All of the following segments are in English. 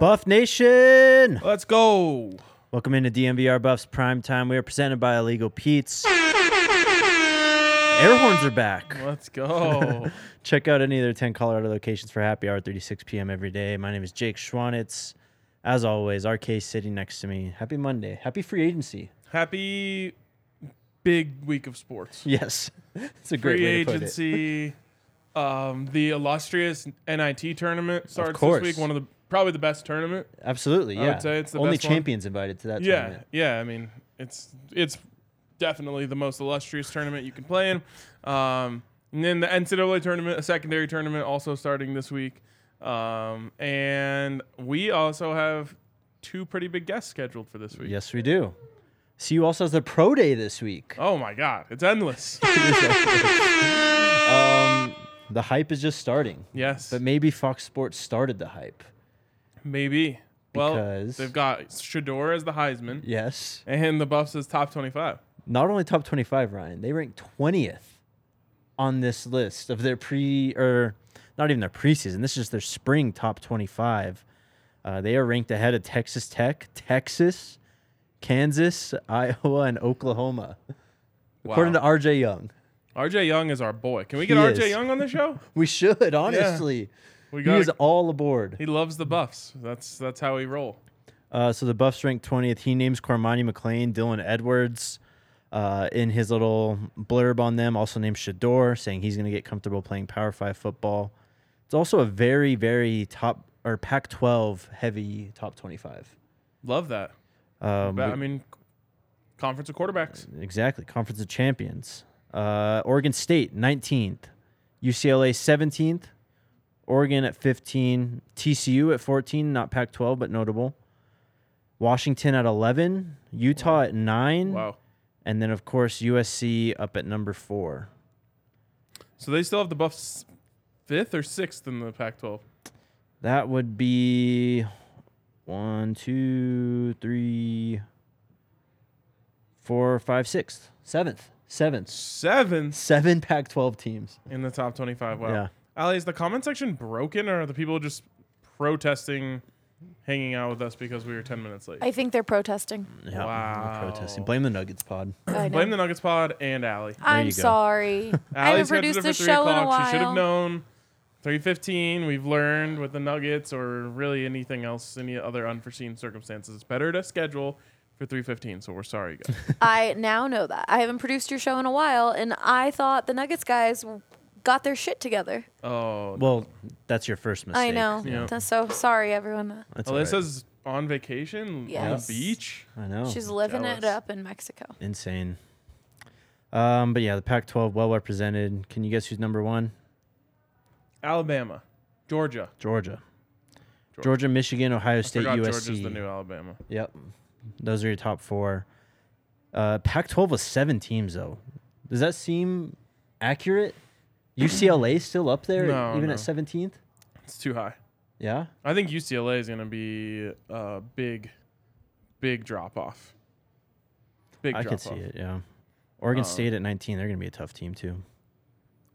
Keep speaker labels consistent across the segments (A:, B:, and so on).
A: Buff Nation!
B: Let's go.
A: Welcome into DMVR Buffs Prime Time. We are presented by Illegal Pete's. Air horns are back.
B: Let's go.
A: Check out any of their 10 Colorado locations for happy hour, 36 p.m. every day. My name is Jake Schwanitz. As always, RK sitting next to me. Happy Monday. Happy free agency.
B: Happy big week of sports.
A: Yes. It's a great
B: Free
A: way to put it.
B: agency. Um, the illustrious NIT tournament starts this
A: course.
B: week. One of the probably the best tournament.
A: Absolutely,
B: I
A: yeah.
B: would say it's the
A: Only
B: best one.
A: champions invited to that
B: yeah,
A: tournament.
B: yeah. I mean, it's it's definitely the most illustrious tournament you can play in. Um, and then the NCAA tournament, a secondary tournament, also starting this week. Um, and we also have two pretty big guests scheduled for this week.
A: Yes, we do. CU also has their pro day this week.
B: Oh my God, it's endless.
A: um, the hype is just starting.
B: yes,
A: But maybe Fox Sports started the hype.
B: Maybe.
A: Because-
B: well, they've got Shador as the Heisman
A: Yes.
B: and the Buffs as top 25.
A: Not only top 25, Ryan, they ranked 20th on this list of their pre or not even their preseason. This is just their spring top 25. Uh, they are ranked ahead of Texas Tech, Texas, Kansas, Iowa, and Oklahoma, according to RJ Young.
B: RJ Young is our boy. Can we get
A: He
B: RJ
A: is.
B: Young on the show?
A: We should, honestly.
B: We
A: he
B: got
A: is all aboard.
B: He loves the Buffs. That's that's how we roll.
A: Uh, so the Buffs ranked 20th. He names Cormani McLean, Dylan Edwards uh, in his little blurb on them. Also named Shador, saying he's going to get comfortable playing Power 5 football. It's also a very, very top or Pac 12 heavy top 25.
B: Love that.
A: Um,
B: But, I mean, conference of quarterbacks.
A: Exactly. Conference of Champions. Uh, Oregon State, 19th. UCLA, 17th. Oregon at 15. TCU at 14. Not Pac 12, but notable. Washington at 11. Utah at 9.
B: Wow.
A: And then, of course, USC up at number 4.
B: So they still have the Buffs fifth or sixth in the Pac 12.
A: That would be one, two, three, four, five, sixth, seventh, seventh,
B: Seventh
A: seven Pac 12 teams.
B: in the top 25. Wow.
A: Yeah.
B: Ali, is the comment section broken or are the people just protesting hanging out with us because we were 10 minutes late?
C: I think they're protesting.
A: Yeah,
B: Wow.
A: we're protesting. Blame the Nuggets pod.
C: I
B: Blame
C: know.
B: the Nuggets pod and Allie.
A: you
C: I'm
A: go.
C: sorry. I haven't
B: Allie's scheduled
C: produced
B: it for
C: this
B: three
C: show in a
B: o'clock.
C: while.
B: She should have known. Three fifteen. We've learned with the Nuggets or really anything else, any other unforeseen circumstances. It's better to schedule for three fifteen. So we're sorry, guys.
C: I now know that. I haven't produced your show in a while, and I thought the Nuggets guys w- got their shit together.
B: oh,
A: Well, that's your first mistake.
C: I know.
B: Yeah.
C: That's so sorry, everyone.
A: That's all right.
B: Alyssa's on vacation
C: Yes.
B: on the beach.
A: I know.
C: She's living it
B: jealous.
C: up in Mexico.
A: insane. Um, but yeah, the Pac-12 well represented. Can you guess who's number one?
B: Alabama, Georgia.
A: Georgia.
B: Georgia.
A: Georgia, Michigan, Ohio State,
B: Forgot
A: USC.
B: Georgia's the new Alabama.
A: Yep. Those are your top four. Uh, Pac 12 was seven teams, though. Does that seem accurate? UCLA still up there,
B: No,
A: even
B: no.
A: at 17th?
B: It's too high.
A: Yeah.
B: I think UCLA is going to be a big, big drop off. Big Um,
A: I
B: drop
A: could see
B: off.
A: it. Yeah. Oregon State at 19. They're going to be a tough team, too.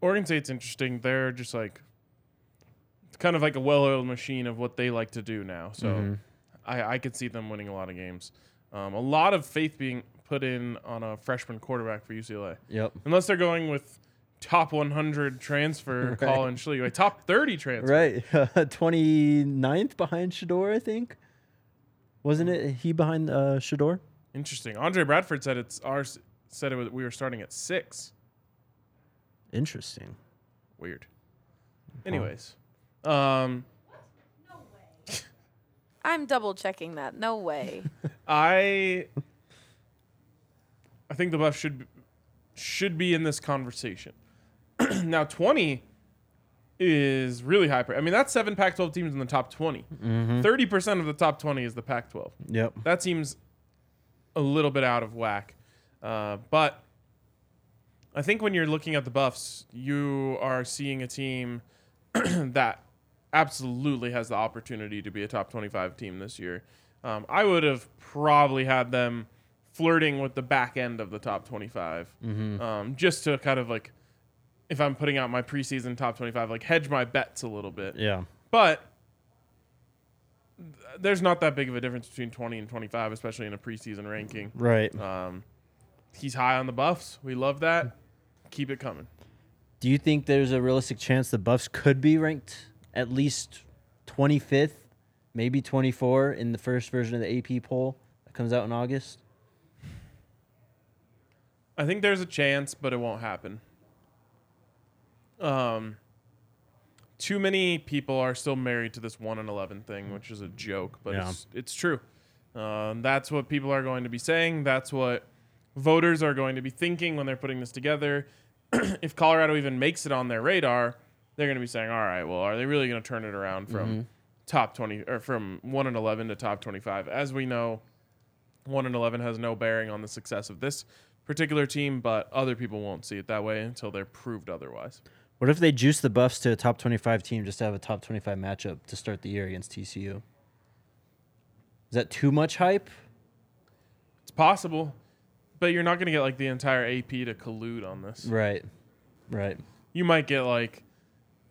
B: Oregon State's interesting. They're just like it's kind of like a well-oiled machine of what they like to do now. So
A: Mm-hmm.
B: I, I could see them winning a lot of games. Um, a lot of faith being put in on a freshman quarterback for UCLA,
A: Yep.
B: unless they're going with top 100 transfer Colin Schlegel, a top 30 transfer.
A: Right. 29th behind Shador, I think. Wasn't it he behind uh, Shador?
B: Interesting. Andre Bradford said it's ours. Said it was, we were starting at six.
A: Interesting.
B: Weird. Anyways, um,
C: I'm double checking that. No way.
B: I I think the buff should should be in this conversation. now 20 is really high. pri- I mean, that's seven Pac-12 teams in the top 20. 30% of the top 20 is the Pac-12.
A: Yep.
B: That seems a little bit out of whack. Uh, but I think when you're looking at the buffs, you are seeing a team that absolutely has the opportunity to be a top 25 team this year. Um, I would have probably had them flirting with the back end of the top 25 um, just to kind of like, if I'm putting out my preseason top 25, like hedge my bets a little bit.
A: Yeah.
B: But th- there's not that big of a difference between 20 and 25, especially in a preseason ranking.
A: Right.
B: Um, he's high on the buffs. We love that. Keep it coming.
A: Do you think there's a realistic chance the Buffs could be ranked at least 25th, maybe 24 in the first version of the AP poll that comes out in August?
B: I think there's a chance, but it won't happen. Um, too many people are still married to this one and eleven thing, which is a joke, but
A: Yeah.
B: it's it's true. Um, that's what people are going to be saying. That's what voters are going to be thinking when they're putting this together. if Colorado even makes it on their radar, they're going to be saying, "All right, well, are they really going to turn it around from top twenty or from one and eleven to top twenty-five? As we know, one and eleven has no bearing on the success of this particular team, but other people won't see it that way until they're proved otherwise.
A: What if they juice the Buffs to a top 25 team just to have a top 25 matchup to start the year against TCU? Is that too much hype?
B: It's possible, but you're not going to get like the entire AP to collude on this.
A: Right. Right.
B: You might get like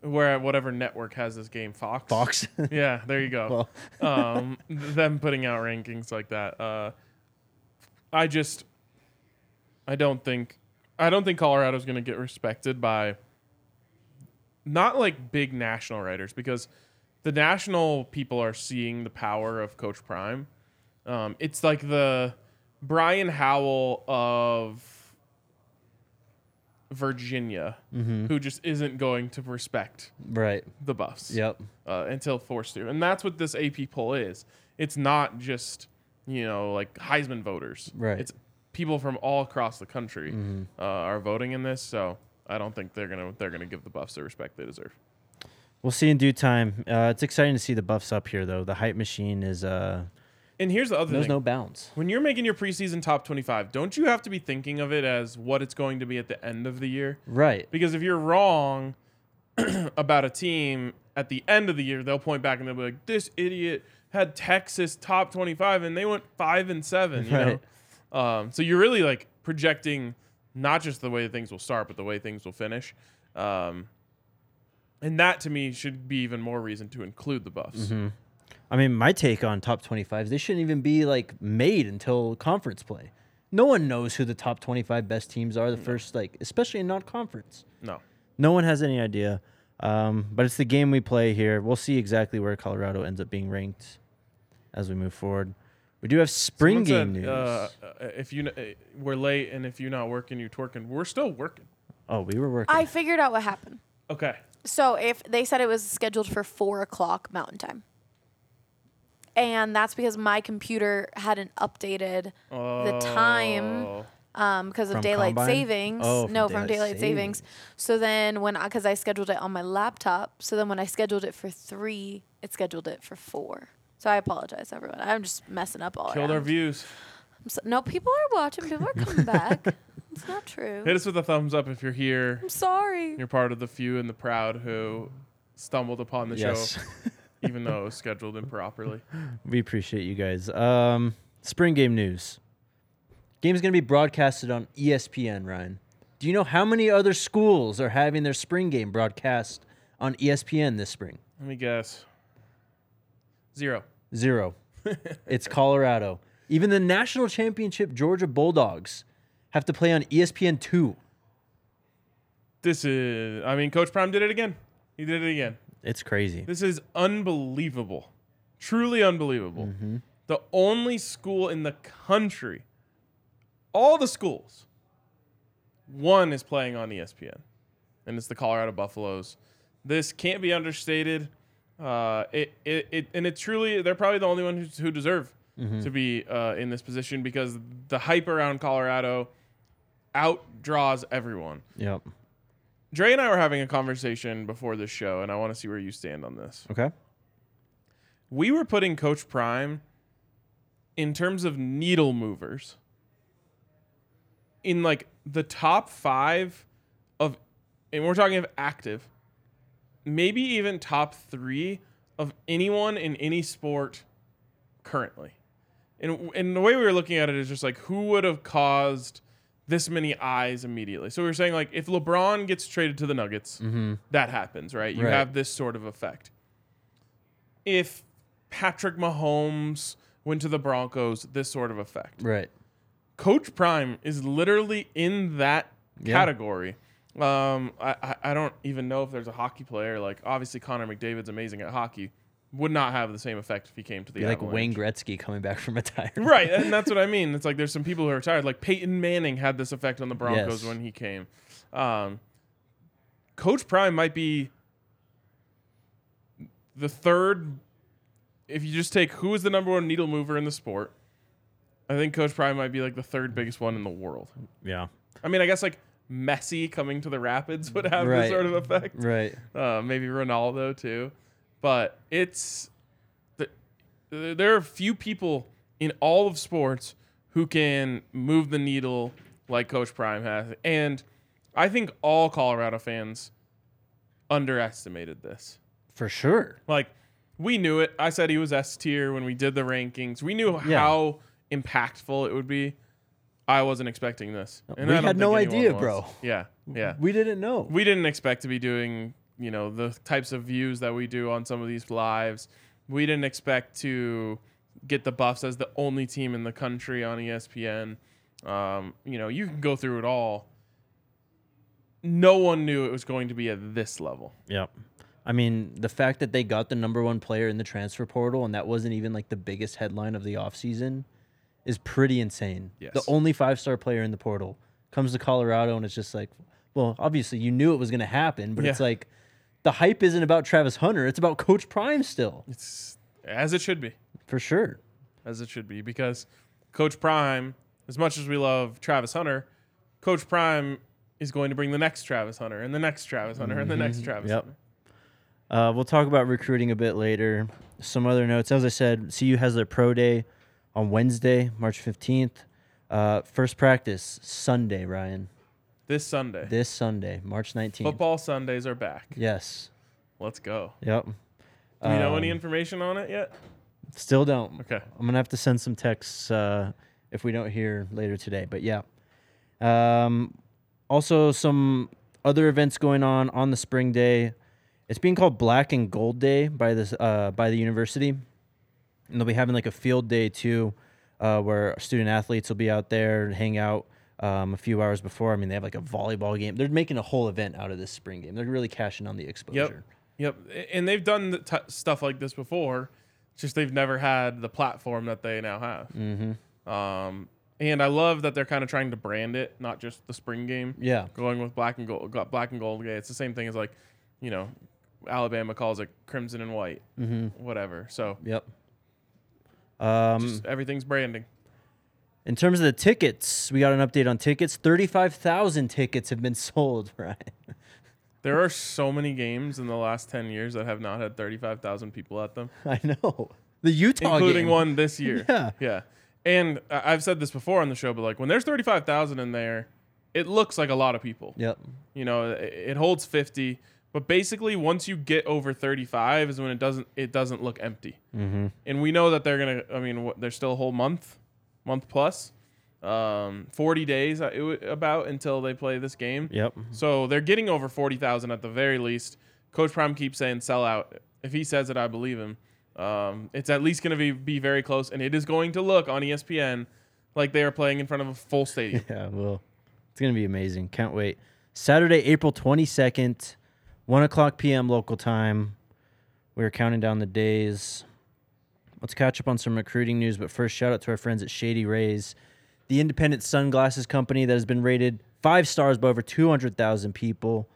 B: where whatever network has this game, Fox.
A: Fox.
B: Yeah, there you go. um, them putting out rankings like that. Uh, I just, I don't think, I don't think Colorado's going to get respected by not like big national writers because the national people are seeing the power of Coach Prime. Um, it's like the Brian Howell of Virginia,
A: Mm-hmm.
B: who just isn't going to respect
A: right.
B: the buffs
A: Yep.
B: uh, until forced to. And that's what this AP poll is. It's not just, you know, like Heisman voters.
A: Right. Mm-hmm.
B: It's people from all across the country uh, are voting in this. So I don't think they're gonna they're gonna give the Buffs the respect they deserve.
A: We'll see in due time. Uh, it's exciting to see the Buffs up here, though. The hype machine is uh,
B: And here's the other
A: knows
B: thing:
A: no bounds.
B: when you're making your preseason top 25, don't you have to be thinking of it as what it's going to be at the end of the year?
A: Right.
B: Because if you're wrong about a team at the end of the year, they'll point back and they'll be like, "This idiot had Texas top 25 and they went five and seven. You know, um, so you're really like projecting not just the way things will start, but the way things will finish. Um, and that to me should be even more reason to include the buffs.
A: I mean, my take on top 25s, they shouldn't even be like made until conference play. No one knows who the top 25 best teams are the first, like, especially in non conference.
B: No,
A: No one has any idea. Um, but it's the game we play here. We'll see exactly where Colorado ends up being ranked as we move forward. We do have spring
B: Someone said,
A: game news.
B: Uh, uh, if you n- uh, we're late and if you're not working, you twerking. We're still working.
A: oh, we were working.
C: I figured out what happened.
B: Okay.
C: So if they said it was scheduled for four o'clock Mountain Time, and that's because my computer hadn't updated the time
B: Oh.
C: because Um, of
A: From
C: daylight
A: Combine?
C: savings.
A: Oh, from
C: no, from
A: daylight
C: daylight savings.
A: savings.
C: So then when I because I scheduled it on my laptop, so then when I scheduled it for three, it scheduled it for four. So I apologize, everyone. I'm just messing up all
B: Killed our
C: around.
B: views.
C: I'm so- no, people are watching. People are coming back. It's not true.
B: Hit us with a thumbs up if you're here.
C: I'm sorry.
B: You're part of the few and the proud who stumbled upon the
A: yes.
B: show, even though it was scheduled improperly.
A: We appreciate you guys. Um, spring game news. Game's going to be broadcasted on E ESPN, Ryan. Do you know how many other schools are having their spring game broadcast on E ESPN this spring?
B: Let me guess. Zero.
A: Zero. it's Colorado. Even the national E championship Georgia Bulldogs have to play on ESPN 2.
B: This is, I mean, Coach Prime did it again. He did it again.
A: It's crazy.
B: This is unbelievable. Truly unbelievable. The only school in the country, all the schools, one is playing on E ESPN, and it's the Colorado Buffaloes. This can't be understated. Uh, it, it, it, and it truly, they're probably the only ones who, who deserve to be uh, in this position because the hype around Colorado outdraws everyone.
A: Yep.
B: Dre and I were having a conversation before this show, and I want to see where you stand on this.
A: Okay.
B: We were putting Coach Prime in terms of needle movers in like the top five of, and we're talking of active, maybe even top three of anyone in any sport currently. And, and the way we were looking at it is just like who would have caused this many eyes immediately. So we were saying like if LeBron gets traded to the Nuggets, that happens, right? You
A: Right.
B: have this sort of effect. If Patrick Mahomes went to the Broncos, this sort of effect.
A: Right.
B: Coach Prime is literally in that
A: Yeah.
B: category. Um, I, I- I don't even know if there's a hockey player like obviously Connor McDavid's amazing at hockey. Would not have the same effect if he came to the
A: Be like
B: Avalanche.
A: Wayne Gretzky coming back from retirement.
B: Right, and that's what I mean. It's like there's some people who are retired. Like Peyton Manning had this effect on the Broncos
A: Yes.
B: when he came. Um, Coach Prime might be the third. If you just take who is the number one needle mover in the sport, I think Coach Prime might be like the third biggest one in the world.
A: Yeah.
B: I mean, I guess like Messi coming to the Rapids would have this
A: Right.
B: sort of effect
A: Right.
B: uh, maybe Ronaldo too. But it's th- th- there are few people in all of sports who can move the needle like Coach Prime has, and I think all Colorado fans underestimated this.
A: For sure.
B: Like we knew it. I said he was S tier when we did the rankings. We knew
A: Yeah.
B: how impactful it would be. I wasn't expecting this, and
A: We
B: I don't
A: had no
B: think anyone
A: idea,
B: was.
A: bro.
B: Yeah, yeah
A: We didn't know.
B: we didn't expect to be doing you know the types of views that we do on some of these lives we didn't expect to get the buffs as the only team in the country on E espn um, you know you can go through it all no one knew it was going to be at this level
A: Yep. I mean, the fact that they got the number one player in the transfer portal and that wasn't even like the biggest headline of the offseason is pretty insane. The
B: Yes.
A: only five star player in the portal comes to Colorado and it's just like, well, obviously you knew it was going to happen, but it's
B: Yeah.
A: like the hype isn't about Travis Hunter. It's about Coach Prime still,
B: it's as it should be
A: for sure.
B: as it should be because coach prime as much as we love travis hunter coach prime is going to bring the next travis hunter and the next travis hunter and the next travis
A: Yep.
B: hunter
A: Uh, we'll talk about recruiting a bit later. Some other notes. As I said, CU has their pro day on Wednesday, March 15th. Uh, first practice, Sunday, Ryan.
B: this sunday
A: This Sunday, March 19th.
B: Football Sundays are back.
A: Yes.
B: Let's go.
A: Yep.
B: Do you know any
A: Um,
B: information on it yet?
A: Still don't.
B: Okay.
A: I'm gonna have to send some texts uh, if we don't hear later today. But yeah. Um, also, some other events going on on the spring day. It's being called Black and Gold Day by this uh, by the university, and they'll be having like a field day too, uh, where student athletes will be out there and hang out. Um, a few hours before, I mean, they have like a volleyball game. They're making a whole event out of this spring game. They're really cashing on the exposure.
B: Yep. A- And they've done the t- stuff like this before. It's just they've never had the platform that they now have. Mm-hmm. Um, and I love that they're kind of trying to brand it, not just the spring game.
A: Yeah.
B: Going with black and gold, got black and gold. Yeah, it's the same thing as like, you know, Alabama calls it crimson and white, whatever. So
A: Yep. Mm-hmm. Um,
B: just everything's branding.
A: In terms of the tickets, we got an update on tickets. 35,000 tickets have been sold, right?
B: There are so many games in the last ten years that have not had thirty-five thousand people at them.
A: I know. The Utah
B: including
A: game.
B: one this year.
A: Yeah.
B: yeah. And I- I've said this before on the show, but like when there's 35,000 in there, it looks like a lot of people.
A: Yep.
B: You know, it, it holds 50, but basically once you get over 35 is when it doesn't it doesn't look empty. Mm-hmm. And we know that they're gonna. I mean, what, there's still a whole month, month plus, um, 40 days uh, it w- about until they play this game.
A: Yep.
B: So they're getting over 40,000 at the very least. Coach Prime keeps saying sell out. If he says it, I believe him. Um, it's at least going to be, be very close, and it is going to look on E ESPN like they are playing in front of a full stadium.
A: Yeah, well, it's going to be amazing. Can't wait. Saturday, April 22nd, 1 o'clock p.m. local time. We are counting down the days. Let's catch up on some recruiting news, but first, shout out to our friends at Shady Rays, the independent sunglasses company that has been rated five stars by over 200,000 people.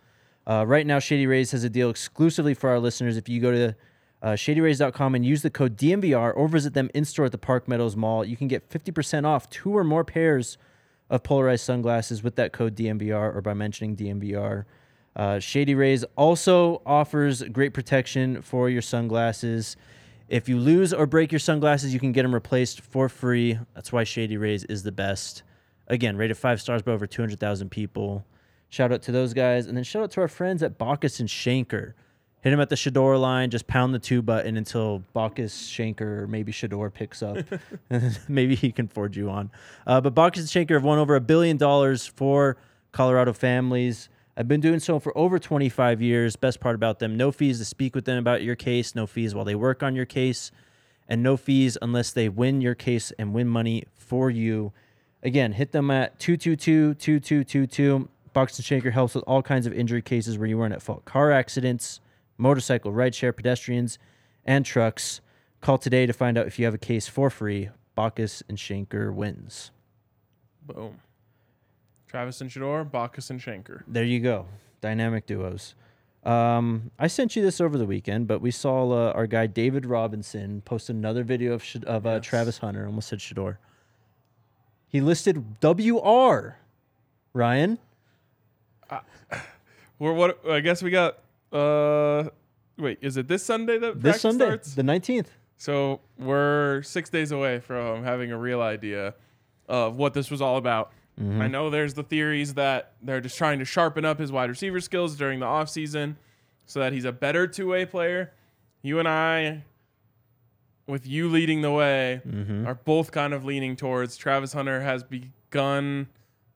A: Uh, right now, Shady Rays has a deal exclusively for our listeners. If you go to uh, shadyrays.com and use the code DMVR or visit them in store at the Park Meadows Mall, you can get 50% off two or more pairs of polarized sunglasses with that code DMVR or by mentioning DMVR. Uh, Shady Rays also offers great protection for your sunglasses. If you lose or break your sunglasses, you can get them replaced for free. That's why Shady Rays is the best. Again, rated five stars by over 200,000 people. Shout out to those guys. And then shout out to our friends at Bacchus and Shanker. Hit him at the Shador line. Just pound the two button until Bacchus, Shanker, or maybe Shador picks up. maybe he can forge you on. Uh, but Bacchus and Shanker have won over a billion dollars for Colorado families. I've been doing so for over 25 years. Best part about them no fees to speak with them about your case, no fees while they work on your case, and no fees unless they win your case and win money for you. Again, hit them at 222 2222. Box and Shaker helps with all kinds of injury cases where you weren't at fault car accidents, motorcycle, rideshare, pedestrians, and trucks. Call today to find out if you have a case for free. Bacchus and Shanker wins.
B: Boom. Travis and Shador, Bacchus and Shanker.
A: There you go. Dynamic duos. Um, I sent you this over the weekend, but we saw uh, our guy David Robinson post another video of, Sh- of uh,
B: Yes.
A: Travis Hunter. Almost said Shador. He listed WR, Ryan.
B: We're what? I guess we got. Uh, wait, is it this Sunday that
A: This
B: practice
A: Sunday,
B: starts?
A: the 19th.
B: So we're six days away from having a real idea of what this was all about.
A: Mm-hmm.
B: I know there's the theories that they're just trying to sharpen up his wide receiver skills during the offseason so that he's a better two way player. You and I, with you leading the way,
A: Mm-hmm.
B: are both kind of leaning towards Travis Hunter has begun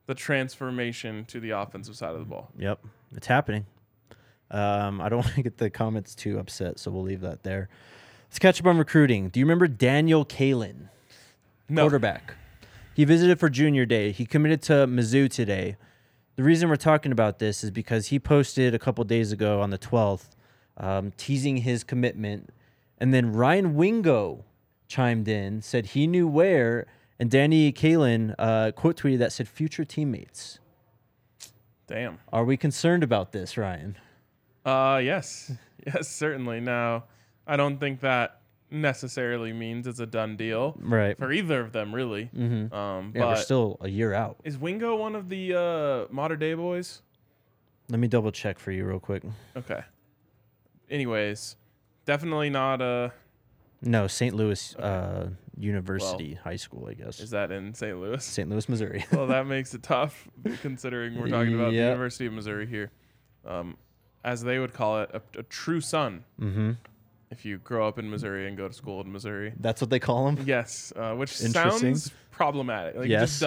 B: the transformation to the offensive side of the ball.
A: Yep, it's happening. Um, I don't want to get the comments too upset, so we'll leave that there. Let's catch up on recruiting. Do you remember Daniel Kalen,
B: No.
A: quarterback? He visited for junior day. He committed to Mizzou today. The reason we're talking about this is because he posted a couple days ago on the 12th, um, teasing his commitment. And then Ryan Wingo chimed in, said he knew where. And Danny Kalen uh, quote tweeted that said, future teammates.
B: Damn.
A: Are we concerned about this, Ryan?
B: Uh, yes, yes, certainly. Now, I don't think that necessarily means it's a done deal
A: Right.
B: for either of them, really. Um,
A: Mm-hmm. Yeah, we're
B: but
A: still a year out.
B: is Wingo one of the uh, modern day boys?
A: Let me double check for you real quick.
B: Okay. Anyways, definitely not. Uh,
A: No, St. Louis uh, University High School, I
B: is
A: guess.
B: that in St. Louis?
A: St. Louis, Missouri.
B: well, that makes it tough considering we're talking about
A: Yeah.
B: the University of Missouri here, um, as they would call it, a, a true son. Mm-hmm. If you grow up in Missouri and go to school in Missouri.
A: That's what they call him.
B: Yes, uh, which
A: Interesting.
B: sounds problematic. Like
A: Yes.
B: it just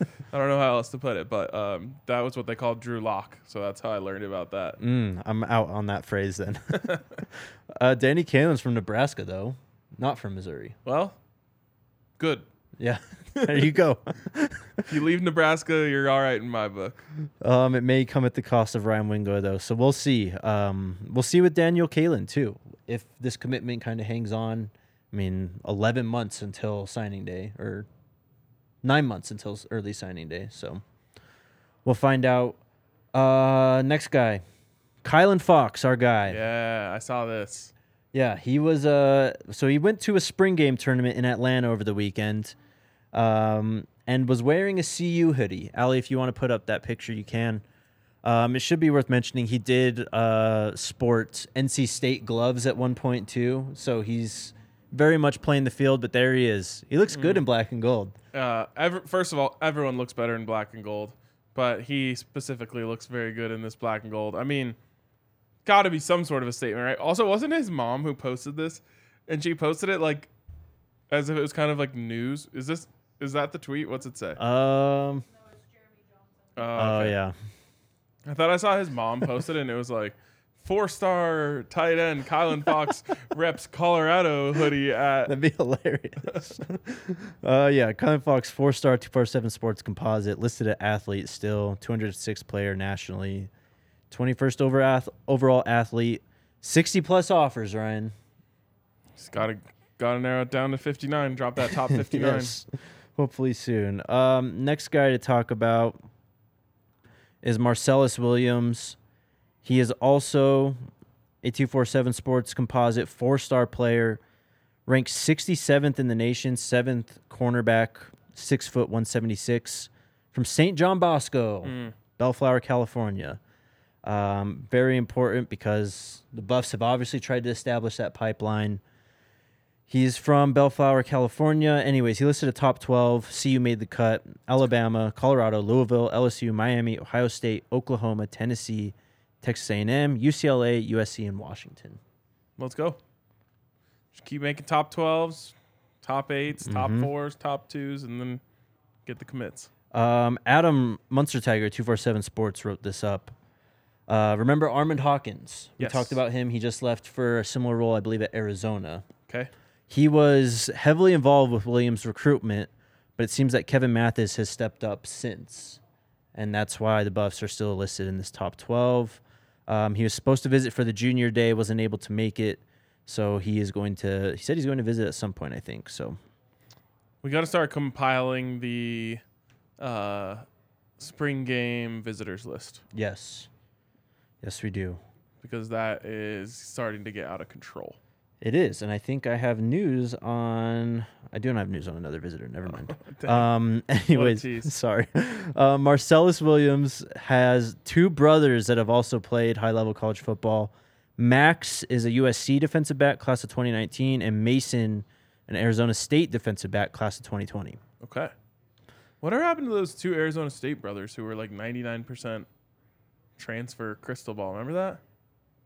B: does. I don't know how else to put it, but um, that was what they called Drew Lock. So that's how I learned about that.
A: Mm, I'm out on that phrase then. uh, Danny Kalen's from Nebraska, though, not from Missouri.
B: Well, good.
A: Yeah, there you go.
B: If you leave Nebraska, you're all right in my book.
A: Um, it may come at the cost of Ryan Wingo, though. So we'll see. Um, we'll see with Daniel Kalen, too, if this commitment kind of hangs on. I mean, 11 months until signing day, or nine months until s- early signing day. So we'll find out. Uh, next guy, Kylan Fox, our guy.
B: Yeah, I saw this.
A: Yeah, he was. Uh, so he went to a spring game tournament in Atlanta over the weekend, um, and was wearing a CU hoodie. Ali, if you want to put up that picture, you can. Um, it should be worth mentioning he did uh, sport NC State gloves at one point too, so he's very much playing the field. But there he is. He looks good in black and gold.
B: Uh, ever, first of all, everyone looks better in black and gold, but he specifically looks very good in this black and gold. I mean, got to be some sort of a statement, right? Also, wasn't his mom who posted this, and she posted it like as if it was kind of like news? Is this is that the tweet? What's it say?
A: Um,
B: Uh,
A: Oh
B: okay.
A: yeah,
B: I thought I saw his mom post it, and it was like four star tight end Kylan Fox reps Colorado hoodie at.
A: That'd be hilarious. uh, yeah, Colin Fox, four star, two four seven sports composite, listed at athlete still, 206 player nationally, 21st over ath- overall athlete, 60 plus offers, Ryan.
B: Just gotta gotta narrow it down to 59. Drop that top 59.
A: Yes. Hopefully soon. Um, next guy to talk about is Marcellus Williams. He is also a 247 Sports composite four star player, ranked 67th in the nation, seventh cornerback, six foot 176 from St. John Bosco, Bellflower, California. Um, very important because the Buffs have obviously tried to establish that pipeline. He's from Bellflower, California. Anyways, he listed a top 12. CU made the cut. Alabama, Colorado, Louisville, LSU, Miami, Ohio State, Oklahoma, Tennessee, Texas A&M, UCLA, USC, and Washington.
B: Let's go. Just keep making top 12s, top 8s, top 4s, top 2s, and then get the commits.
A: Um, Adam Munster Tiger, 247 Sports, wrote this up. Uh, remember Armand Hawkins? We
B: Yes.
A: talked about him. He just left for a similar role, I believe, at Arizona.
B: Okay.
A: He was heavily involved with Williams' recruitment, but it seems that Kevin Mathis has stepped up since. And that's why the Buffs are still listed in this top 12. Um, he was supposed to visit for the junior day, wasn't able to make it. So he is going to, he said he's going to visit at some point, I think. So
B: We got to start compiling the uh, spring game visitors list
A: yes. Yes, we do.
B: because that is starting to get out of control.
A: It is, and I think I have news on. I do not have news on another visitor.
B: Oh,
A: Never mind. um.
B: tease.
A: Anyways, sorry. Uh, Marcellus Williams has two brothers that have also played high-level college football. Max is a USC defensive back, class of 2019, and Mason, an Arizona State defensive back, class of 2020.
B: Okay. Whatever happened to those two Arizona State brothers who were like 99% transfer crystal ball? Remember that?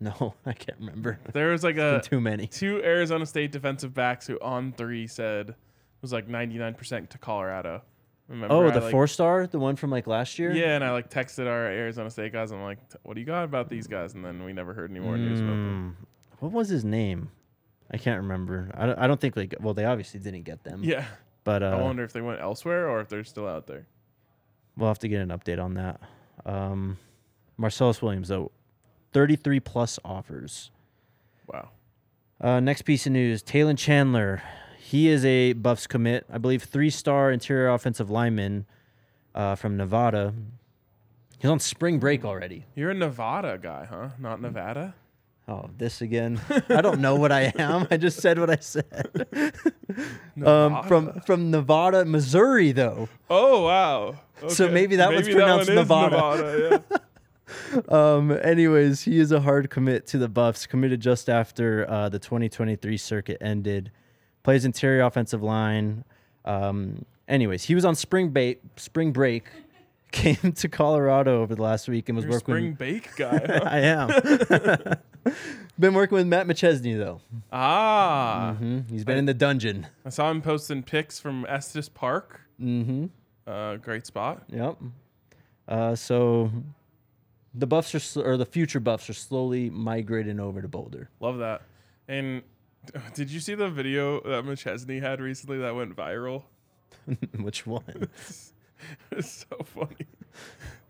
A: No, I can't remember.
B: There was like a
A: Too many.
B: two Arizona State defensive backs who on three said was like 99% to Colorado. Remember
A: Oh,
B: I,
A: the
B: like-
A: four-star, the one from like last year.
B: Yeah, and I like texted our Arizona State guys. I'm like, "T- what do you got about these guys? And then we never heard any more news about
A: Mm.
B: them.
A: What was his name? I can't remember. I don't, I don't think like. Well, they obviously didn't get them.
B: Yeah.
A: But uh,
B: I wonder if they went elsewhere or if they're still out there.
A: We'll have to get an update on that. Um, Marcellus Williams, though, 33 plus offers.
B: Wow.
A: Uh, next piece of news Taylon Chandler. He is a Buffs commit, I believe, three star interior offensive lineman uh, from Nevada. He's on spring break already.
B: You're a Nevada guy, huh?
A: Mm.
B: Not Nevada?
A: Oh, this again. I don't know what I am. I just said what I said. Um, from
B: Nevada.
A: from Nevada, Missouri, though.
B: Oh, wow.
A: So maybe that one's pronounced
B: is
A: Nevada.
B: Nevada, yeah.
A: Um, anyways, he is a hard commit to the Buffs, committed just after uh, the 2023 circuit ended. Plays interior offensive line. Um, anyways, he was on spring break. Spring break came to Colorado over the last week and was
B: You're a
A: working.
B: spring bake guy. huh?
A: I am. been working with Matt McChesney though.
B: ah.
A: Mhm. He's been in the dungeon.
B: I saw him posting pics from Estes Park. Mm-hmm. Uh, great spot.
A: Yep. Uh, so the Buffs are sl- or the future Buffs are slowly migrating over to Boulder.
B: Love that. And did you see the video that McChesney had recently that went viral?
A: Which one?
B: It's so funny.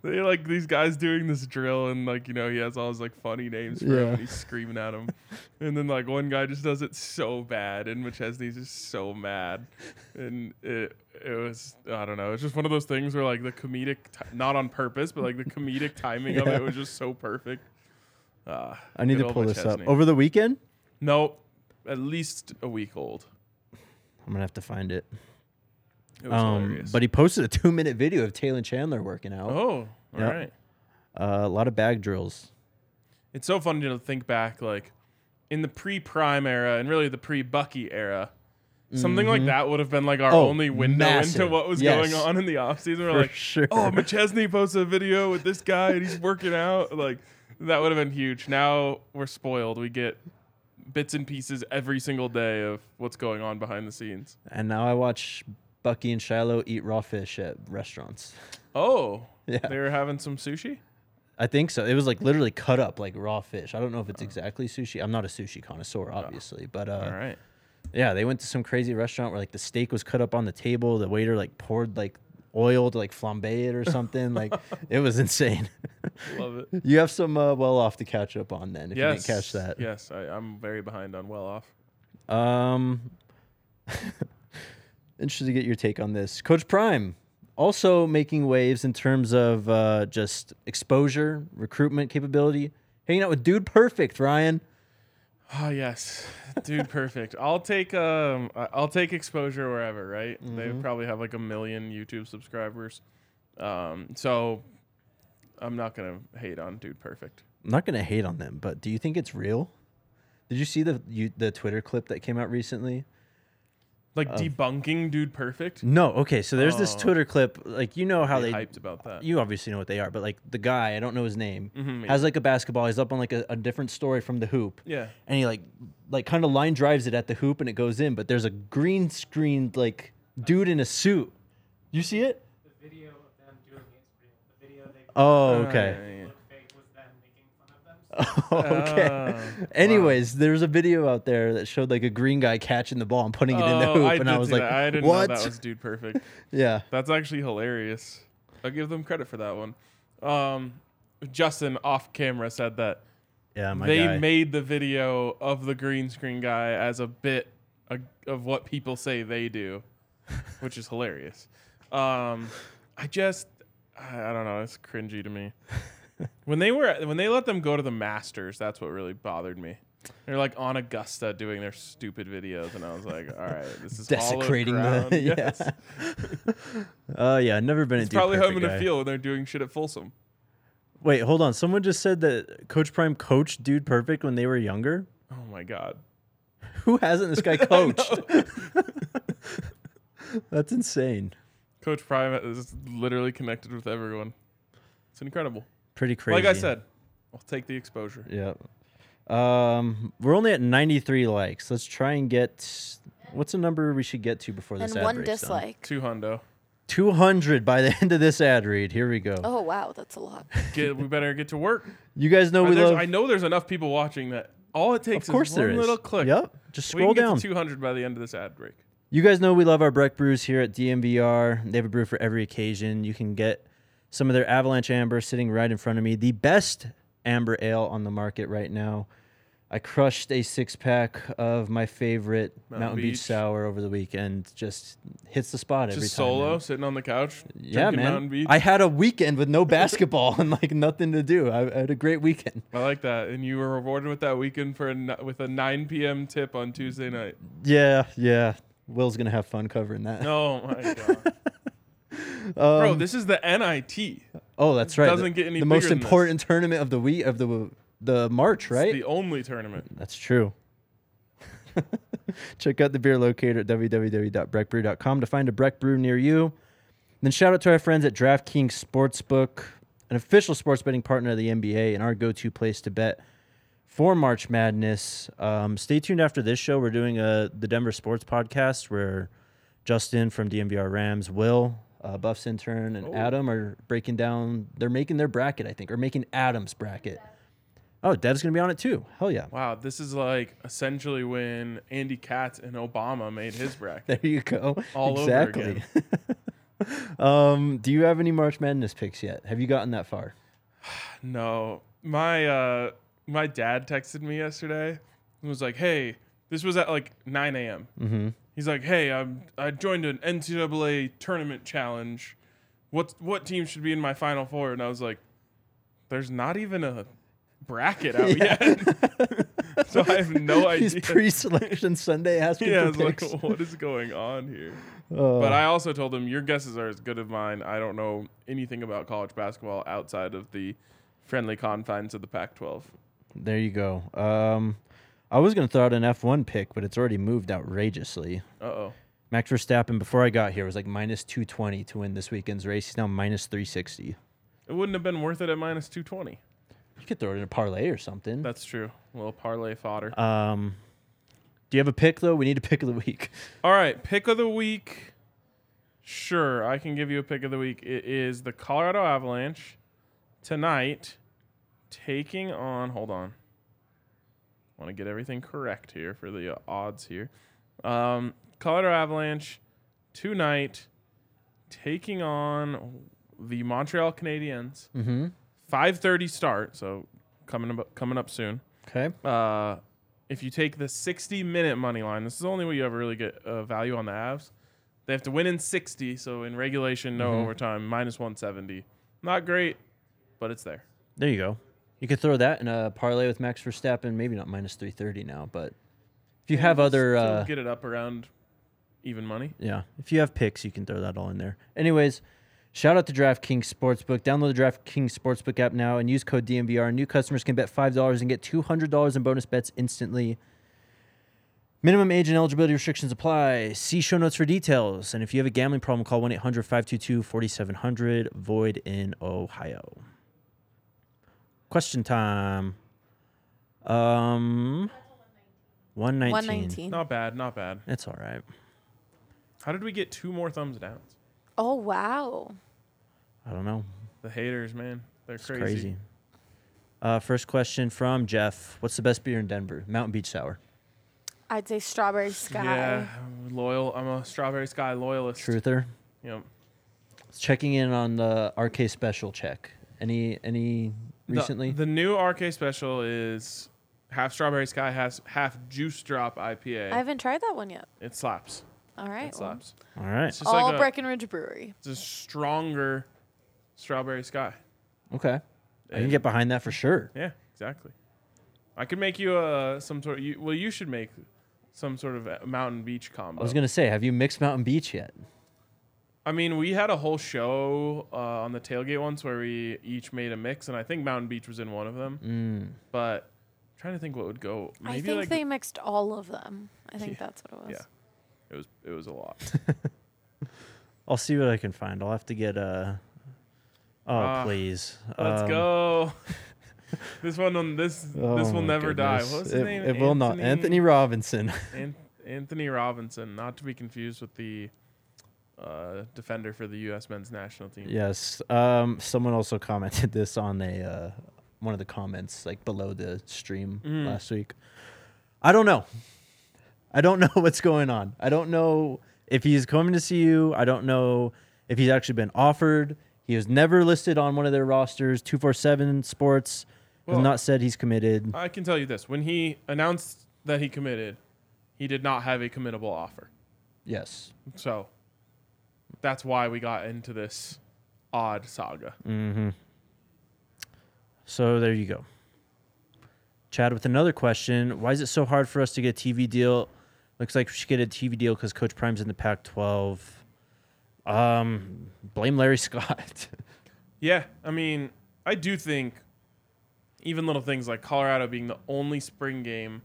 B: They like these guys doing this drill, and like you know he has all his like funny names for him,
A: Yeah.
B: and he's screaming at him. and then like one guy just does it so bad, and McChesney's just so mad. And it it was I don't know. It's just one of those things where like the comedic, ti- not on purpose, but like the comedic timing of it was just so perfect. Uh,
A: I need
B: good
A: to
B: old
A: pull this up.
B: McChesney.
A: Over the weekend,
B: Nope. At least a week old.
A: I'm gonna have to find it.
B: It was
A: Um,
B: hilarious.
A: but he posted a two minute video of Taylor Chandler working out.
B: oh, all right.
A: Yep. Uh, a lot of bag drills.
B: It's so funny to think back, like in the pre-prime era and really the pre-Bucky era. Something like that would have been like our
A: Mm-hmm. Oh,
B: only window into
A: massive.
B: what was
A: Yes.
B: going on in the offseason. We're
A: For
B: like,
A: sure.
B: oh, McChesney posted a video with this guy and he's working out. Like that would have been huge. Now we're spoiled. We get bits and pieces every single day of what's going on behind the scenes.
A: And now I watch Bucky and Shiloh eat raw fish at restaurants.
B: Oh,
A: Yeah.
B: they were having some sushi.
A: I think so. It was like literally cut up like raw fish. I don't know if it's exactly sushi. I'm not a sushi connoisseur, obviously, but uh,
B: Uh. All right.
A: yeah, they went to some crazy restaurant where like the steak was cut up on the table. The waiter like poured like oil to like flambe it or something. like it was insane.
B: Love it.
A: you have some uh, well off to catch up on then if you didn't catch that.
B: Yes, I, I'm very behind on well off.
A: Um, interested to get your take on this, Coach Prime. Also making waves in terms of uh, just exposure, recruitment capability. Hanging out with Dude Perfect, Ryan.
B: Oh yes, dude, perfect. I'll take um, I- I'll take exposure wherever. Right? They
A: Mm-hmm.
B: probably have like a million YouTube subscribers, um, so I'm not gonna hate on dude perfect.
A: I'm not gonna hate on them, but do you think it's real? Did you see the you, the Twitter clip that came out recently?
B: Like debunking dude perfect.
A: No. Okay, so there's this Twitter clip. Like you know how
B: Oh. They
A: they,
B: hyped about that.
A: you obviously know what they are, but like the guy, I don't know his name,
B: Mm-hmm,
A: has like a basketball. He's up on like a, a different story from the hoop.
B: Yeah.
A: And he like like kind of line drives it at the hoop and it goes in, but there's a green screen like dude in a suit. You see it?
D: the video of them doing the Instagram, the video they
A: Oh, okay.
B: Uh,
D: looked fake was them making fun of them.
A: okay.
B: Oh,
A: Anyways, there was a video out there that showed like a green guy catching the ball and putting it in the
B: oh,
A: hoop,
B: I
A: and
B: did
A: I was
B: see
A: like,
B: that. I didn't
A: "What?"
B: know that was dude perfect.
A: yeah.
B: That's actually hilarious. I'll give them credit for that one. Um, Justin off camera said that
A: Yeah, my
B: they
A: guy.
B: made the video of the green screen guy as a bit of- of what people say they do, which is hilarious. Um, I just, I I don't know, it's cringy to me. When they were when they let them go to the Masters, that's what really bothered me. They're like on Augusta doing their stupid videos, and I was like, all right, this is hollow
A: desecrating
B: ground.
A: the. Yeah.
B: Yes.
A: Oh yeah, never been a
B: It's
A: dude
B: probably home
A: perfect
B: in the
A: guy.
B: field when they're doing shit at Folsom.
A: Wait, hold on. Someone just said that Coach Prime coached Dude Perfect when they were younger.
B: Oh my god.
A: Who hasn't this guy coached? That's insane.
B: Coach Prime is literally connected with everyone. It's incredible.
A: Pretty crazy.
B: Like I said, I'll take the exposure.
A: Yep. Um, we're only at 93 likes. Let's try and get. What's a number we should get to before this
C: and
A: ad
C: one
A: breaks down?
C: dislike.
B: Two hundo.
A: 200 by the end of this ad read. Here we go.
C: Oh wow, that's a lot.
B: Get, we better get to work.
A: You guys know we
B: There's-
A: love.
B: I know there's enough people watching that all it takes
A: of course,
B: is
A: there
B: one
A: is.
B: little click.
A: Yep. Just
B: We
A: scroll
B: can get
A: down.
B: to 200 by the end of this ad break.
A: You guys know we love our Breck brews here at DMVR. They have a brew for every occasion. You can get some of their Avalanche Amber sitting right in front of me, the best amber ale on the market right now. I crushed a six pack of my favorite Mountain, Beach.
B: Beach.
A: sour over the weekend. Just hits the spot every
B: Just
A: time. man.
B: solo, sitting on the couch,
A: Yeah,
B: drinking Mountain
A: man.
B: Beach.
A: I had a weekend with no basketball and like nothing to do. I, I had a great weekend.
B: I like that. And you were rewarded with that weekend for a, ni- with a 9 p.m. tip on Tuesday night.
A: Yeah, yeah. Will's gonna have fun covering that.
B: Oh my god.
A: Um,
B: Bro, this is the NIT.
A: Oh, that's right.
B: doesn't
A: the,
B: get any
A: the most
B: bigger than this.
A: important tournament of the week of the the March, right?
B: It's the only tournament.
A: That's true. Check out the beer locator at www.breckbrew.com to find a Breck brew near you. And then shout out to our friends at DraftKings Sportsbook, an official sports betting partner of the NBA and our go-to place to bet for March Madness. Um, stay tuned after this show. We're doing a the Denver Sports Podcast where Justin from DMVR Rams, Will, uh, Buff's intern, and Adam are breaking down. They're making their bracket, I think, or making Adam's bracket. Oh, Dev's gonna be on it too. Hell yeah.
B: Wow, this is like essentially when Andy Katz and Obama made his bracket.
A: There you go.
B: All over
A: exactly.
B: again.
A: um, do you have any March Madness picks yet? Have you gotten that far?
B: no, my uh, my dad texted me yesterday and was like, "Hey, this was at like 9 a.m." Mm-hmm. He's like, "Hey, I'm, I joined an NCAA tournament challenge. What what team should be in my final four? And I was like, "There's not even a bracket out yet." so I have no idea.
A: He's pre-selection Sunday asking
B: yeah, I was
A: for picks.
B: like, oh. what is going on here? but I also told him your guesses are as good as mine. I don't know anything about college basketball outside of the friendly confines of the Pac-12.
A: there you go. Um, I was gonna throw out an F1 pick, but it's already moved outrageously.
B: Uh oh.
A: Max Verstappen, before I got here, was like minus 220 to win this weekend's race. He's now minus 360. You
B: It wouldn't have been worth it at minus 220.
A: could throw it in a parlay or something.
B: That's true. A little parlay fodder.
A: um, do you have a pick though? We need a pick of the week.
B: All right, pick of the week. Sure, I can give you a pick of the week. It is the Colorado Avalanche tonight taking on. Hold on. Want to get everything correct here for the uh, odds here. Um, Colorado Avalanche tonight taking on the Montreal Canadiens.
A: Mm-hmm.
B: Five thirty start, so coming up, coming up soon.
A: Okay.
B: Uh, if you take the 60 minute money line, this is the only way you ever really get uh, value on the Avs. They have to win in 60, so in regulation,
A: Mm-hmm.
B: no overtime, minus 170. Not great, but it's there.
A: There you go. You could throw that in a parlay with Max Verstappen. Maybe not minus three thirty now, but if you have other,
B: Still
A: uh,
B: get it up around even money.
A: yeah, if you have picks, you can throw that all in there. Anyways, shout out to DraftKings Sportsbook. Download the DraftKings Sportsbook app now and use code DMBR. New customers can bet five dollars and get two hundred dollars in bonus bets instantly. Minimum age and eligibility restrictions apply. See show notes for details. And if you have a gambling problem, call 1 800 522 4700 Void in Ohio. Question time. Um, 119.
C: 119.
B: Not bad, not bad.
A: It's all right.
B: How did we get two more thumbs downs?
C: Oh, wow.
A: I don't know.
B: The haters, man. They're
A: It's
B: crazy.
A: crazy. Uh, first question from Jeff What's the best beer in Denver? Mountain Beach Sour.
C: I'd say Strawberry Sky.
B: Yeah, I'm loyal. I'm a Strawberry Sky loyalist.
A: Truther.
B: Yep.
A: Checking in on the RK special check. Any any
B: The-
A: recently?
B: the, new RK special is half Strawberry Sky, has half Juice Drop IPA.
C: I haven't tried that one yet.
B: It slaps.
C: All right.
B: It
C: well,
B: slaps.
A: all right.
B: It's just
C: all
B: like a,
C: Breckenridge Brewery.
B: it's a stronger strawberry sky.
A: Okay. I
B: Yeah.
A: can get behind that for sure.
B: Yeah, exactly. I could make you uh, some sort. you, well, you should make some sort of a mountain beach combo.
A: I was gonna say, have you mixed Mountain Beach yet?
B: I mean, we had a whole show uh, on the tailgate once where we each made a mix, and I think Mountain Beach was in one of them.
A: Mm.
B: But I'm trying to think what would go. Maybe
C: I think
B: like
C: they mixed all of them. I think that's what it was.
B: yeah, it was it was a lot.
A: I'll see what I can find. I'll have to get a. Oh
B: Ah,
A: please,
B: Let's
A: Um,
B: go. this one on this this
A: oh my
B: will never die.
A: goodness.
B: What was his
A: it,
B: name?
A: It will not. Anthony Robinson.
B: An- Anthony Robinson, not to be confused with the uh, defender for the U.S. men's national team.
A: yes. Um. Someone also commented this on a uh, one of the comments like below the stream
B: Mm-hmm.
A: last week. I don't know. I don't know what's going on. I don't know if he's coming to see you. I don't know if he's actually been offered. He was never listed on one of their rosters. Two four seven Sports has
B: Well,
A: not said he's committed.
B: I can tell you this: when he announced that he committed, he did not have a committable offer.
A: yes.
B: So that's why we got into this odd saga.
A: So there you go. Chad with another question. Why is it so hard for us to get a TV deal? Looks like we should get a TV deal because Coach Prime's in the Pac 12. Um, blame Larry Scott.
B: Yeah, I mean, I do think even little things like Colorado being the only spring game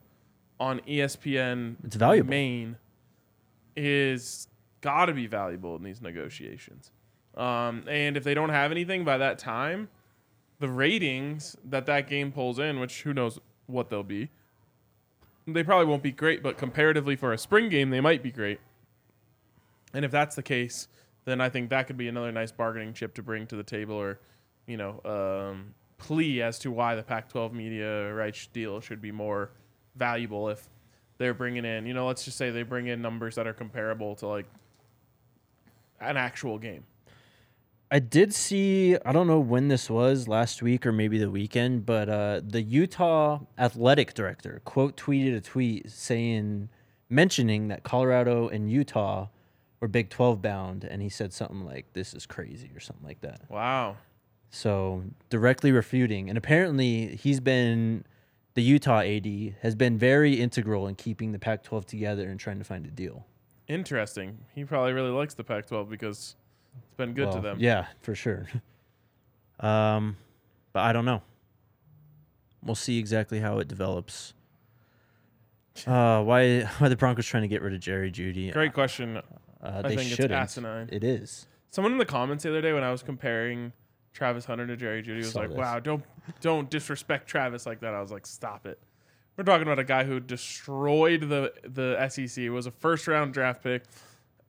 B: on E ESPN
A: It's valuable.
B: Maine is got to be valuable in these negotiations. Um, and if they don't have anything by that time, the ratings that that game pulls in, which who knows what they'll be, they probably won't be great, but comparatively for a spring game, they might be great. And if that's the case, then I think that could be another nice bargaining chip to bring to the table or, you know, um, plea as to why the Pac 12 media rights deal should be more valuable if they're bringing in, you know, let's just say they bring in numbers that are comparable to like an actual game.
A: I did see, I don't know when this was, last week or maybe the weekend, but uh, the Utah athletic director quote tweeted a tweet saying, mentioning that Colorado and Utah were Big 12 bound. And he said something like, this is crazy or something like that.
B: Wow.
A: So directly refuting, and apparently he's been the Utah AD has been very integral in keeping the Pac-12 together and trying to find a deal.
B: Interesting. He probably really likes the Pac 12 because it's been good to
A: Well,
B: them.
A: Yeah, for sure. um, but I don't know. We'll see exactly how it develops. Uh, why why the Broncos trying to get rid of Jerry Judy?
B: Great question.
A: Uh,
B: I
A: they
B: think it's
A: shouldn't.
B: asinine.
A: It is.
B: Someone in the comments the other day when I was comparing Travis Hunter to Jerry Judy was
A: Saw
B: like,
A: this.
B: "Wow, don't don't disrespect Travis like that." I was like, "Stop it." We're talking about a guy who destroyed the the SEC. Was a first round draft pick.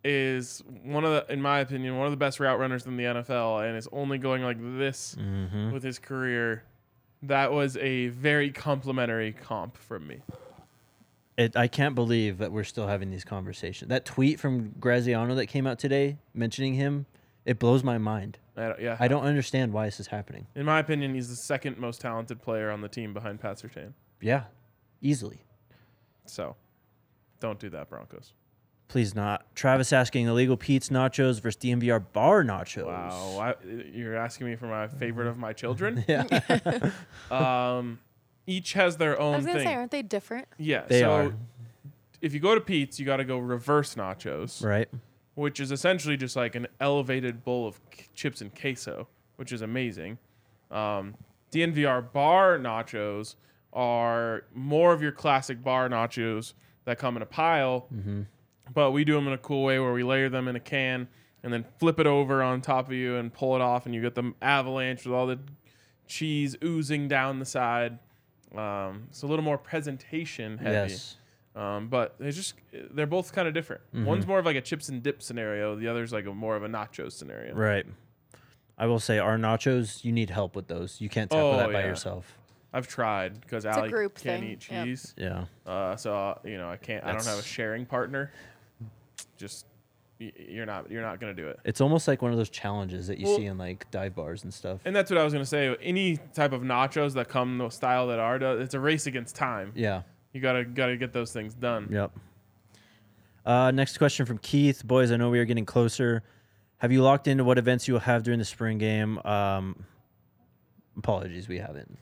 B: Is one of the, in my opinion,
A: Mm-hmm.
B: one of the best route runners in the NFL, and is only going like this with his career. That was a very complimentary comp from me.
A: It, I can't believe that we're still having these conversations. That tweet from Graziano that came out today mentioning him, it blows my mind.
B: I don't, yeah,
A: I don't understand why this is happening.
B: In my opinion, he's the second most talented player on the team behind Pat Surtain.
A: Yeah, easily.
B: So, don't do that, Broncos.
A: Please not. Travis asking illegal Pete's nachos versus DMVR bar nachos.
B: Wow, I, you're asking me for my favorite of my children.
A: Yeah.
B: um, each has their own
C: I was gonna
B: thing.
C: say, aren't they different?
B: yeah,
A: They
B: so
A: are.
B: if you go to Pete's, you got to go reverse nachos,
A: right.
B: which is essentially just like an elevated bowl of c- chips and queso, which is amazing. Um, DNVR bar nachos are more of your classic bar nachos that come in a pile, but we do them in a cool way where we layer them in a can and then flip it over on top of you and pull it off, and you get the avalanche with all the cheese oozing down the side. Um, it's a little more presentation heavy.
A: Yes.
B: Um, but they just they're both kind of different.
A: Mm-hmm.
B: One's more of like a chips and dip scenario. The other's like a more of a nacho scenario.
A: Right. I will say our nachos, you need help with those. You can't tackle
B: Oh,
A: that by
B: yeah.
A: yourself.
B: I've tried because Allie
C: group
B: can't
C: thing,
B: eat
C: yep.
B: cheese,
A: Yeah.
B: uh, so uh, you know I can't. I don't have a
A: That's-
B: sharing partner. Just y- you're not you're not gonna do it.
A: It's almost like one of those challenges that you
B: Well-
A: see in like dive bars and stuff.
B: And that's what I was gonna say. Any type of nachos that come the style that are does, it's a race against time.
A: yeah.
B: You gotta gotta get those things done.
A: Yep. Uh, next question from Keith. Boys, I know we are getting closer. Have you locked into what events you will have during the spring game? Um, apologies, we haven't.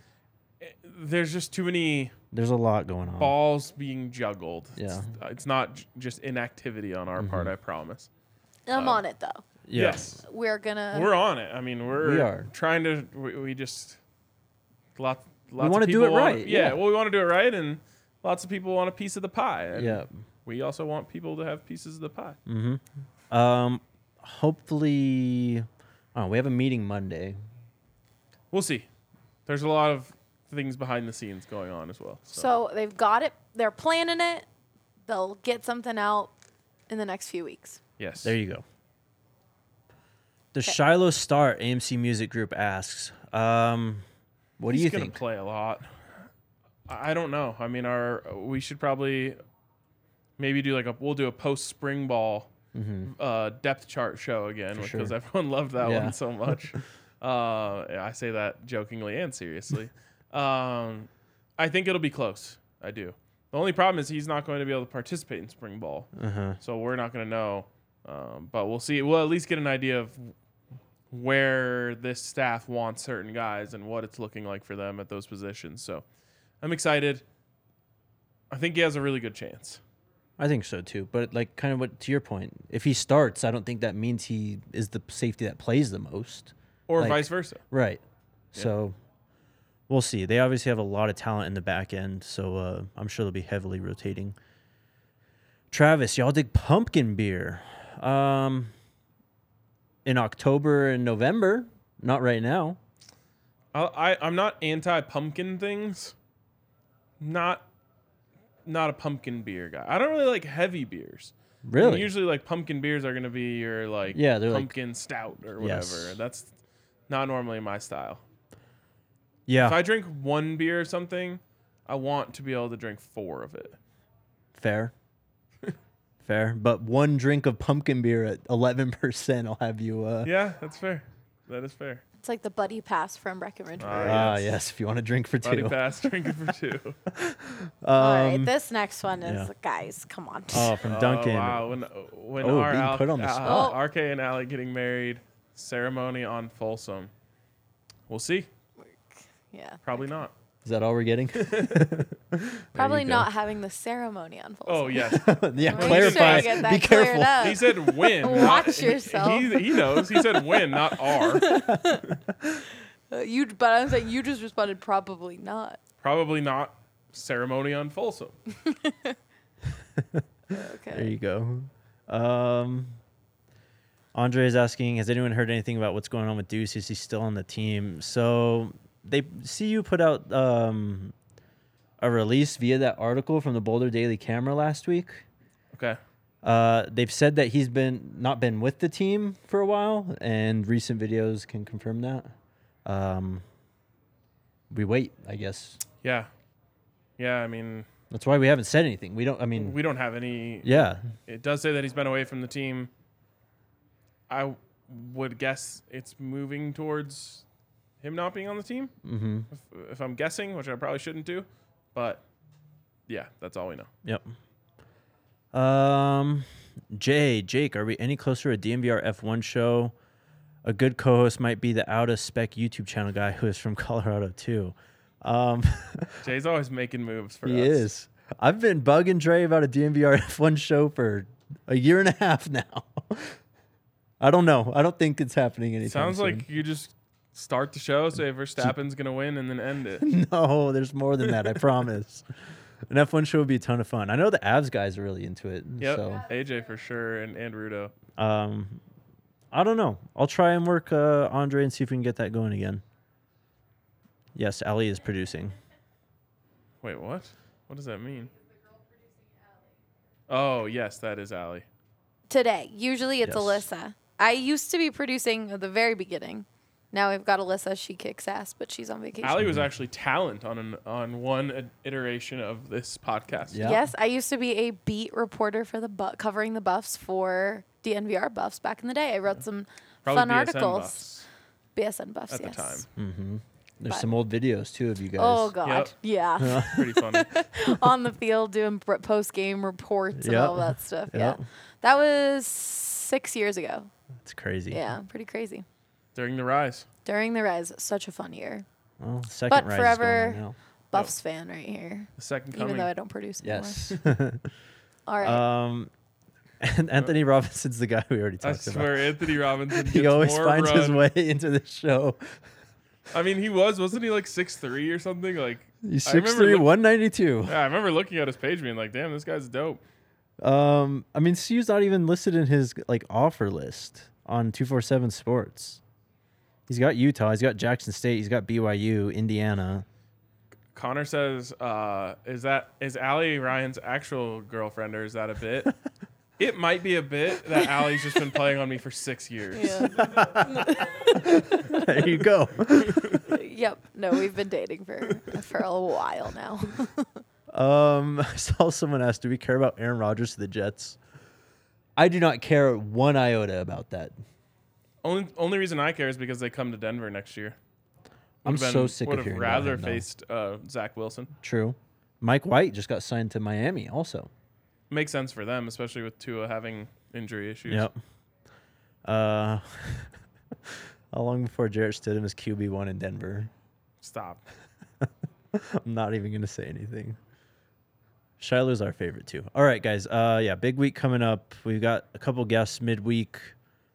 B: There's just too many
A: There's a lot going on.
B: balls being juggled.
A: Yeah. Mm-hmm.
B: It's, uh, it's not j- just inactivity on our part. I promise.
C: I'm on it though.
A: Yeah.
B: Yes.
C: We're gonna.
B: Um, we're on it. I mean, we're
A: Uh, We are.
B: trying to. We, we just lots. lots
A: wanna
B: of
A: do
B: people
A: it
B: wanna-
A: right,
B: yeah,
A: yeah.
B: Well, we want to do it right, and lots of people want a piece of the pie. and
A: Yeah. Mm.
B: We also want people to have pieces of the pie.
A: Um, hopefully, oh, we have a meeting Monday.
B: We'll see. There's a lot of things behind the scenes going on as well. So,
C: So they've got it. They're planning it. They'll get something out in the next few weeks.
B: yes.
A: There you go. The Shiloh Star AMC Music Group asks, um, "What
B: He's
A: do you
B: gonna
A: think?"
B: play a lot. I I don't know. I mean, our we should probably maybe do like a we'll do a post spring ball uh, depth chart show again because
A: Mm-hmm. sure.
B: everyone loved that
A: Yeah.
B: one so much. uh, I say that jokingly and seriously. um, I think it'll be close. I do. The only problem is he's not going to be able to participate in spring ball,
A: Uh-huh.
B: so we're not going to know. Um, but we'll see. We'll at least get an idea of where this staff wants certain guys and what it's looking like for them at those positions. So I'm excited. I think he has a really good chance.
A: I think so too. But like, kind of what to your point, if he starts, I don't think that means he is the safety that plays the most.
B: Or
A: Like-
B: vice versa.
A: Right. So we'll see. They obviously have a lot of talent in the back end, so uh, I'm sure they'll be heavily rotating. Travis, y'all dig pumpkin beer. Um, in October and November, not right now.
B: I, I I'm not anti pumpkin things. Not not a pumpkin beer guy. I don't really like heavy beers. And
A: Really?
B: usually like pumpkin beers are gonna be your like
A: Yeah, they're like-
B: pumpkin stout or whatever.
A: Yes.
B: That's not normally my style.
A: yeah.
B: If I drink one beer or something, I want to be able to drink four of it.
A: fair. fair. But one drink of pumpkin beer at 11%, I'll have you. Uh,
B: Yeah, that's fair. That is fair.
C: It's like the buddy pass from Breckenridge. Brewery.
A: Ah, yes. if you want to drink for
B: Body
A: two.
B: pass, drinking for two.
C: All
B: Um,
C: right, this next one is
A: yeah.
C: guys. Come on.
A: Oh, from Duncan.
B: Oh, wow, when when
A: Oh,
B: our
A: being
B: Al-
A: put on the
B: uh,
A: spot.
B: RK and Allie getting married ceremony on Folsom. We'll see.
C: yeah.
B: Probably not.
A: Is that all we're getting?
C: Probably
A: go.
C: not having the ceremony on full.
B: Oh yes,
A: yeah,
C: Make Sure
A: clarify.
C: you get that
A: Be
C: cleared
A: careful.
C: up.
B: he said win.
C: Watch
B: not- he-
C: yourself.
B: He, he knows. He said win, not R.
C: Uh, you, but I'm saying you just responded probably not.
B: Probably not ceremony on Folsom.
C: Okay.
A: There you go. Um, Andre is asking, has anyone heard anything about what's going on with Deuce? Is he still on the team? So they see you put out um, a release via that article from the Boulder Daily Camera last week.
B: Okay.
A: Uh, they've said that he's been not been with the team for a while, and recent videos can confirm that. Um, we wait, I guess.
B: Yeah. Yeah, I mean,
A: That's why we haven't said anything. We don't. I mean,
B: we don't have any.
A: yeah,
B: It does say that he's been away from the team. I w- would guess it's moving towards him not being on the team,
A: mm-hmm.
B: if, if I'm guessing, which I probably shouldn't do. But yeah, that's all we know.
A: yep. Um, Jay, Jake, are we any closer to DMVR F1 show? A good co-host might be the out of spec YouTube channel guy who is from Colorado too. Um,
B: Jay's always making moves for
A: he
B: us.
A: is. I've been bugging Dre about a DMVR F1 show for a year and a half now. I don't know. I don't think it's happening anytime.
B: Sounds
A: soon.
B: like you just start the show, say Verstappen's gonna win, and then end it.
A: No, there's more than that. I promise. An F1 show would be a ton of fun. I know the Avs guys are really into it.
B: Yep,
A: So,
B: AJ for sure, and and Rudo.
A: um, I don't know. I'll try and work uh, Andre and see if we can get that going again. Yes, Ali is producing.
B: Wait, what? What does that mean? Oh yes, that is Allie.
C: Today, usually it's
A: Yes.
C: Alyssa. I used to be producing at the very beginning. Now we've got Alyssa. She kicks ass, but she's on vacation.
B: Allie was actually talent on an, on one i- iteration of this podcast.
A: Yeah.
C: Yes, I used to be a beat reporter for the bu- covering the buffs for DNVR buffs back in the day. I wrote some
B: probably
C: fun
B: BSN
C: articles.
B: buffs
C: BSN buffs
B: at
C: yes.
B: the time.
A: There's
C: But-
A: some old videos too of you guys.
C: Oh god,
B: Yep.
C: yeah,
B: Pretty funny.
C: on the field doing post game reports and
A: Yep.
C: all that stuff.
A: Yep.
C: Yeah, that was six years ago.
A: It's crazy.
C: Yeah, pretty crazy.
B: During the rise,
C: During the rise, such a fun year.
A: Well, second
C: But
A: rise is
C: forever-
A: going on now.
C: Buffs fan right here.
B: the second
C: Even
B: coming.
C: though I don't produce anymore.
A: Yes.
C: All right.
A: um, and Anthony Robinson's the guy we already
B: I
A: talked
B: swear,
A: about.
B: Anthony Robinson. Gets
A: He always
B: more
A: finds his
B: run.
A: way into the show.
B: I mean, he was wasn't he like six three or something? Like
A: He's
B: I remember
A: 6'3",
B: look-
A: 192.
B: Yeah, I remember looking at his page, being like, "Damn, this guy's dope."
A: Um, I mean, Sue's not even listed in his like offer list on two four seven Sports. He's got Utah. He's got Jackson State. He's got BYU, Indiana.
B: Connor says, uh, "Is that is Allie Ryan's actual girlfriend, or is that a bit?" it might be a bit that Allie's just been playing on me for six years.
A: There you go.
C: yep. No, we've been dating for for a while now.
A: um, I saw someone ask, "Do we care about Aaron Rodgers to the Jets?" I do not care one iota about that.
B: Only only reason I care is because they come to Denver next year.
A: I'm
B: Would've
A: so
B: been-
A: sick
B: Would
A: of
B: have
A: hearing about
B: rather
A: him, though.
B: faced uh, Zach Wilson.
A: True. Mike White just got signed to Miami. Also.
B: Makes sense for them, especially with Tua having injury issues.
A: Yep. Uh, how long before Jarrett Stidham is QB one in Denver?
B: Stop.
A: I'm not even gonna say anything. Shiloh's our favorite too. All right, guys. Uh, yeah, big week coming up. We've got a couple guests midweek.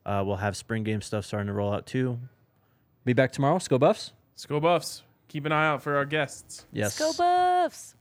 A: Uh, we'll have spring game stuff starting to roll out too. Be back tomorrow. Let's go Buffs.
B: Let's go Buffs. Keep an eye out for our guests.
A: Yes.
C: Let's go Buffs.